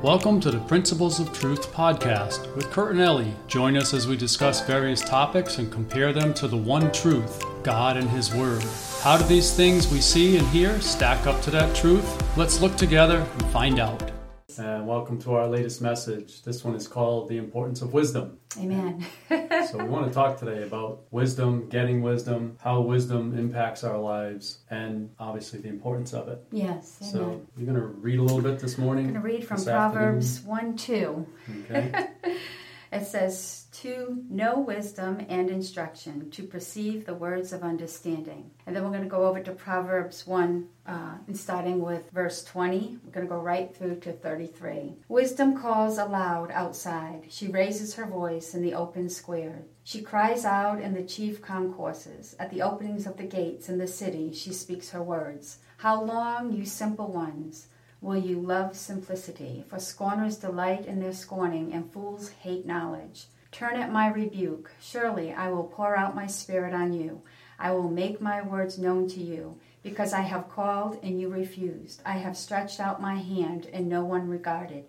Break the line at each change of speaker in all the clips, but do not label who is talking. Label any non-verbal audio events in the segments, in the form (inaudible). Welcome to the Principles of Truth podcast with Kurt and Ellie. Join us as we discuss various topics and compare them to the one truth, God and His Word. How do these things we see and hear stack up to that truth? Let's look together and find out. And Uh, welcome to our latest message. This one is called The Importance of
(laughs)
Wisdom.
Amen.
(laughs) So, we want to talk today about wisdom, getting wisdom, how wisdom impacts our lives, and obviously the importance of it.
yes. Amen.
So, you're going to read a little bit this morning.
I'm going to read from
this
Proverbs 1 2.
afternoon. Okay.
It says, To know wisdom and instruction, to perceive the words of understanding. And then we're going to go over to Proverbs 1, uh, and starting with verse 20. We're going to go right through to 33. Wisdom calls aloud outside. She raises her voice in the open square. She cries out in the chief concourses. At the openings of the gates in the city, she speaks her words. How long, you simple ones? Will you love simplicity? For scorners delight in their scorning, and fools hate knowledge. Turn at my rebuke. Surely I will pour out my spirit on you. I will make my words known to you, because I have called and you refused. I have stretched out my hand and no one regarded.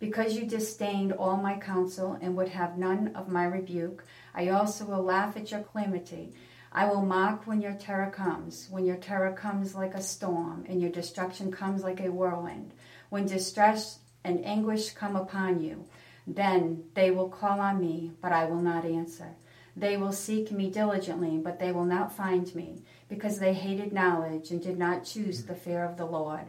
Because you disdained all my counsel and would have none of my rebuke, I also will laugh at your calamity. I will mock when your terror comes, when your terror comes like a storm, and your destruction comes like a whirlwind, when distress and anguish come upon you. Then they will call on me, but I will not answer. They will seek me diligently, but they will not find me, because they hated knowledge and did not choose the fear of the Lord.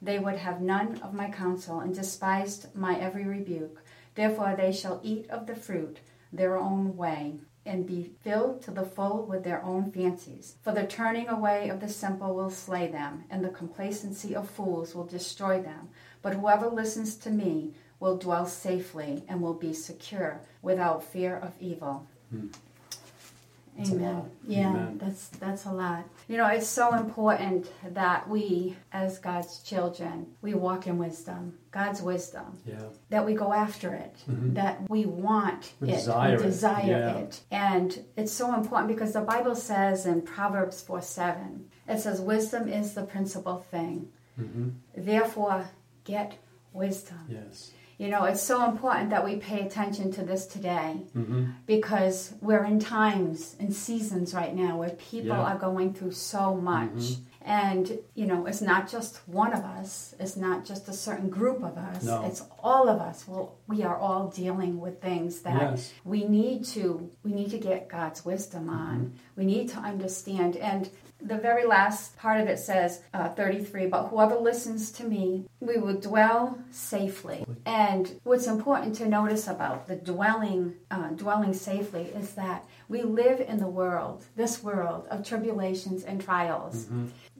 They would have none of my counsel and despised my every rebuke. Therefore, they shall eat of the fruit their own way and be filled to the full with their own fancies. For the turning away of the simple will slay them, and the complacency of fools will destroy them. But whoever listens to me will dwell safely and will be secure without fear of evil.
Hmm. a
Amen.
lot.
Yeah,
Amen.
that's that's a lot. You know, it's so important that we, as God's children, we walk in wisdom, God's wisdom,
Yeah.
that we go after it, that we want
Mm-hmm. We
it,
desire it,
we desire
yeah.
it. And it's so important because the Bible says in Proverbs 4 7, it says, Wisdom is the principal thing.
Mm-hmm.
Therefore, get wisdom.
Yes.
You know, it's so important that we pay attention to this today because we're in times and seasons right now where people
Yeah. Mm-hmm.
are going through so much. And, you know, it's not just one of us, it's not just a certain group of us,
No.
it's all of us. Well, we are all dealing with things that
Yes.
we need to we need to get God's wisdom on. We need to understand and the very last part of it says uh, 33 but whoever listens to me we will dwell safely and what's important to notice about the dwelling uh, dwelling safely is that we live in the world this world of tribulations and trials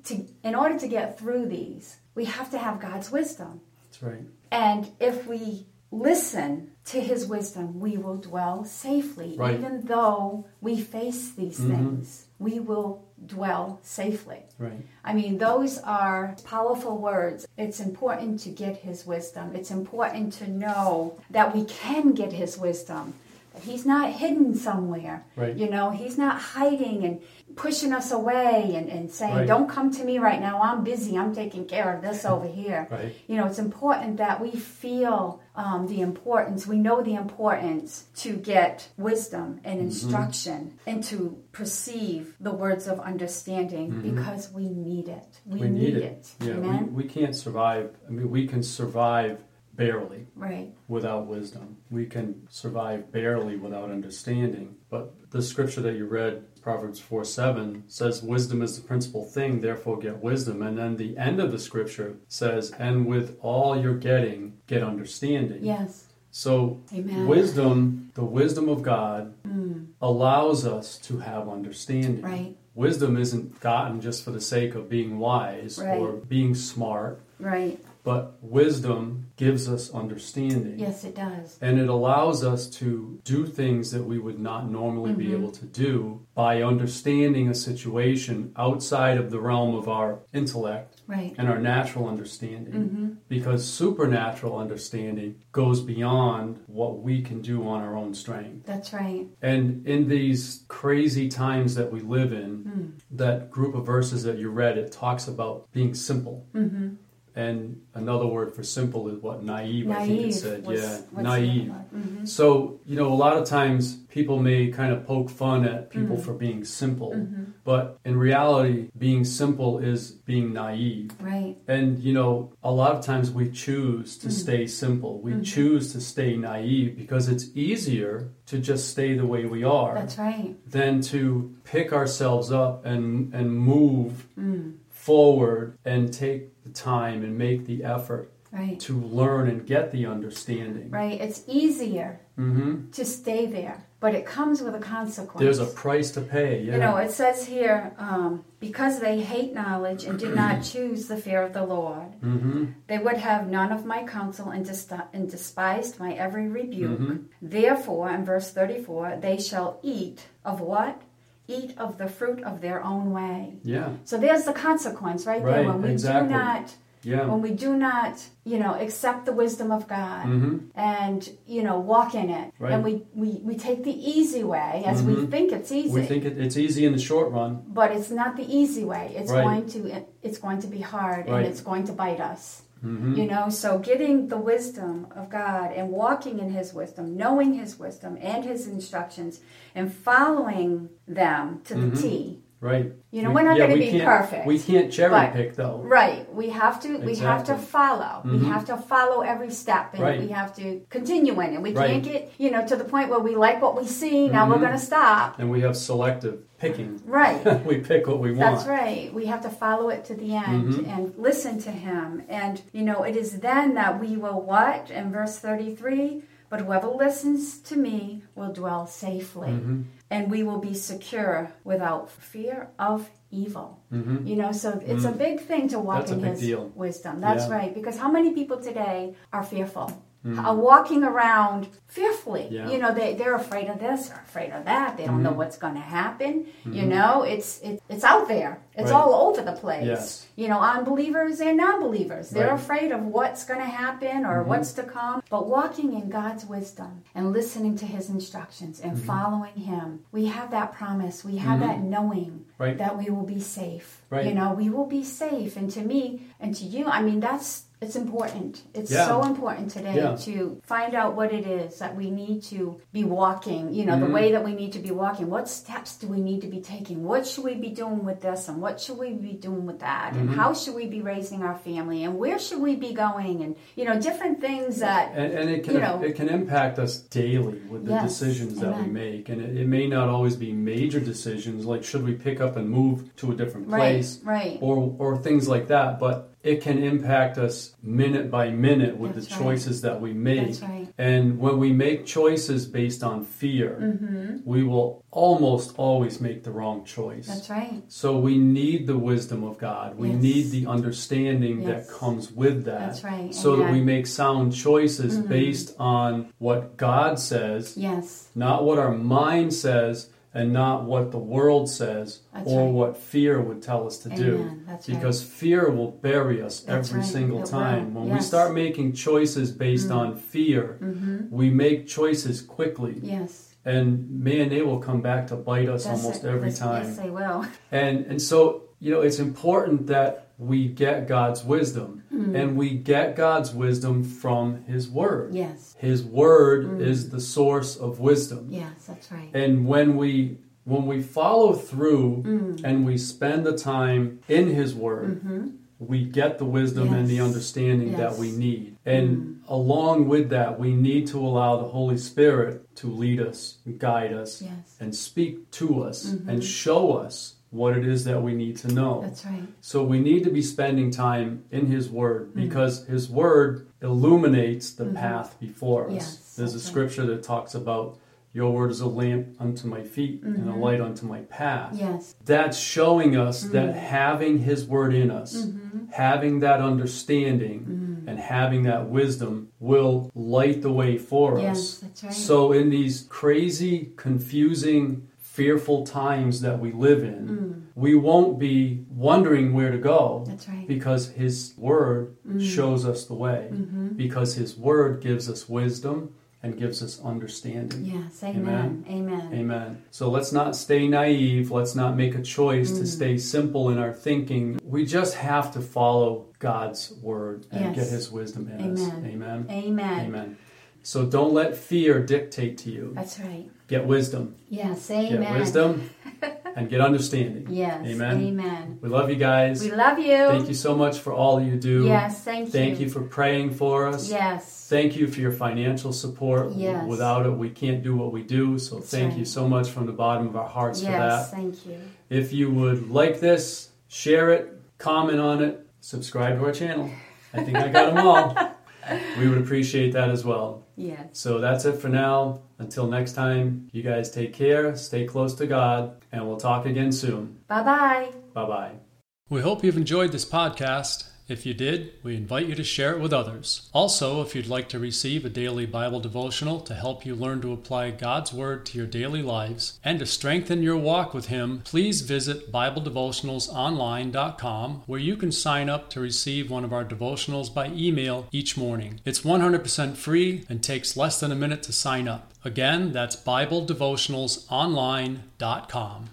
to, in order to get through these we have to have god's wisdom
That's right.
and if we listen to his wisdom, we will dwell safely.
Right. Mm-hmm.
Even though we face these things, we will dwell safely.
Right.
I mean, those are powerful words. It's important to get his wisdom. It's important to know that we can get his wisdom. That he's not hidden somewhere.
Right.
You know, he's not hiding and pushing us away and, and saying,
Right.
Don't come to me right now. I'm busy. I'm taking care of this over here.
Right.
You know, it's important that we feel um, the importance, we know the importance to get wisdom
Mm-hmm.
and instruction and to perceive the words of understanding because we need it. We,
Mm-hmm. We need it. Yeah. We,
Amen?
we can't survive. I mean, we can survive barely
right.
without wisdom. We can survive barely without understanding. But the scripture that you read, Proverbs 4 7, says, Wisdom is the principal thing, therefore get wisdom. And then the end of the scripture says, And with all you're getting, get understanding.
Yes.
So,
Amen. Mm.
wisdom, the wisdom of God, allows us to have understanding.
Right.
Wisdom isn't gotten just for the sake of being wise or
Right.
being smart,
Right.
but wisdom gives us understanding.
Yes, it does.
And it allows us to do things that we would not normally
Mm-hmm.
be able to do by understanding a situation outside of the realm of our intellect
Right.
and our natural understanding.
Mm-hmm.
Because supernatural understanding goes beyond what we can do on our own strength.
That's right.
And in these crazy times that we
Mm. Mm-hmm.
live in, that group of verses that you read, it talks about being simple. And another word for simple is what naive, I think it
Naive
said.
was-
yeah,
was
naive.
another one. Mhm.
So, you know, a lot of times people may kind of poke fun at people
Mm-hmm.
for being simple, but in reality, being simple is being naive.
Right.
And, you know, a lot of times we choose
Mm-hmm.
to stay simple. We choose to stay naive because it's easier to just stay the way we are
That's right.
than to pick ourselves up and and move
Mm.
forward and take the time and make the effort
Right.
to learn and get the understanding.
Right. It's easier
hmm
to stay there, but it comes with a consequence.
There's a price to pay. Yeah.
You know, it says here, um, because they hate knowledge and
(clears throat)
did not choose the fear of the Lord,
hmm
They would have none of my counsel and, dest- and despised my every rebuke.
Mm-hmm.
Therefore, in verse 34, they shall eat of what? Eat of the fruit of their own way.
Yeah.
So there's the consequence right, there
Right,
when we
exactly.
do not
Yeah.
when we do not, you know, accept the wisdom of God
Mhm.
and, you know, walk in it.
Right. Mm-hmm.
And we, we, we take the easy way as we think it's easy.
We think it, it's easy in the short run.
but it's not the easy way. It's
Right.
going to it's going to be hard
Right.
and it's going to bite us.
Mm-hmm.
You know, so getting the wisdom of God and walking in His wisdom, knowing His wisdom and His instructions, and following them to
Mm-hmm.
the T.
Right.
You know,
We-
we're not
yeah,
gonna
we
be
can't-
perfect,
We can't cherry
but-
pick though.
Right. We have to. We have to
Exactly. Mm-hmm.
follow. We have to follow every step, and
Right.
we have to continue in it. We
Right. Mm-hmm.
can't get you know to the point where we like what we see. Now we're going to stop.
And we have selective picking.
Right.
(laughs) we pick what we want.
That's right. We have to follow it to the end and listen to him. And, you know, it is then that we will what? In verse 33 But whoever listens to me will dwell safely,
Mm-hmm.
and we will be secure without fear of evil.
mm-hmm.
You know, so it's a big thing to walk
Mm. That's a
in
big
his
deal.
wisdom. That's
Yeah.
right. Because how many people today are fearful? Are walking around fearfully.
Mm. Yeah. Mm-hmm.
You know, know they, they're afraid of this they're afraid of that they don't know what's going to happen you know it's it, it's out there it's
Right.
all over the place
Yes.
you know unbelievers and non-believers they're
Right. Mm-hmm.
afraid of what's going to happen or what's to come but walking in god's wisdom and listening to his instructions
Mm-hmm.
and following him we have that promise we have that knowing
Right.
that we will be safe
Right.
you know we will be safe and to me and to you i mean that's it's important it's
Yeah.
so important today
Yeah.
to find out what it is that we need to be walking, you know,
Mm-hmm.
the way that we need to be walking. What steps do we need to be taking? What should we be doing with this and what should we be doing with that? And
Mm-hmm.
how should we be raising our family and where should we be going? And, you know, different things that,
and, and it can
you know.
it can impact us daily with the
Yes,
decisions that we
amen.
make and it, it may not always be major decisions like should we pick up and move to a different
Right,
place
right.
or or things like that but it can impact us minute by minute with the
That's right.
choices that we make
That's right.
and when we make choices based on fear we will almost always make the wrong choice
Mm-hmm. that's right.
so we need the wisdom of God. We
Yes.
need the understanding
Yes.
that comes with that.
That's right,
So that
amen. Mm-hmm.
we make sound choices based on what God says,
Yes.
not what our mind says and not what the world says
That's
or
right.
what fear would tell us to do.
Amen. That's right.
because fear will bury us
That's
every
right.
single
It
time.
will.
When we
Yes. Mm-hmm.
start making choices based on fear, we make choices quickly.
Yes.
And man, they will come back to bite us
That's
almost
it.
every
Yes,
time.
Yes, they will.
And and so, you know, it's important that we get God's wisdom.
Hmm.
And we get God's wisdom from his word.
Yes.
His word
Hmm.
is the source of wisdom.
Yes, that's right.
And when we when we follow through
Hmm.
and we spend the time in his word, we get the wisdom and the
Mm-hmm. Yes.
understanding that
Yes. Hmm.
we need. And along with that, we need to allow the Holy Spirit to lead us, guide us,
Yes.
and speak to us and show us what it is that we need to know.
Mm-hmm. That's right.
So we need to be spending time in His Word
Mm-hmm.
because His Word illuminates the path before us.
Yes,
There's a
that's right.
scripture that talks about, Your Word is a lamp unto my feet and a light unto my path.
Mm-hmm. Yes.
That's showing us that
Mm-hmm.
having His Word in us, having that understanding,
Mm.
and having that wisdom will light the way for
Yes,
us.
that's right.
So, in these crazy, confusing, fearful times that we live in, we won't be wondering where to go
Mm. That's right. Mm.
because
Mm-hmm.
His Word shows us the way, because His Word gives us wisdom. and gives us understanding.
Yes, amen. Amen.
Amen. So let's not stay naive. Let's not make a choice
Mm.
to stay simple in our thinking. We just have to follow God's word and
Yes.
get his wisdom in us.
Amen.
Amen.
Amen.
Amen. So don't let fear dictate to you.
That's right.
Get wisdom.
Yes, amen.
Get
(laughs)
wisdom and get understanding.
Yes,
Amen.
amen.
We love you guys.
We love you.
Thank you so much for all you do.
Yes, thank,
Thank
you.
you for praying for us.
Yes.
Thank you for your financial support.
Yes.
Without it, we can't do what we do. So
That's
thank
right.
you so much from the bottom of our hearts for that.
Yes, thank you.
If you would like this, share it, comment on it, subscribe to our channel. I think I got them all. We would appreciate that as well.
Yes.
So that's it for now. Until next time, you guys take care, stay close to God, and we'll talk again soon.
Bye bye.
Bye bye.
We hope you've enjoyed this podcast. If you did, we invite you to share it with others. Also, if you'd like to receive a daily Bible devotional to help you learn to apply God's Word to your daily lives and to strengthen your walk with Him, please visit BibleDevotionalsOnline.com where you can sign up to receive one of our devotionals by email each morning. It's 100% free and takes less than a minute to sign up. Again, that's BibleDevotionalsOnline.com.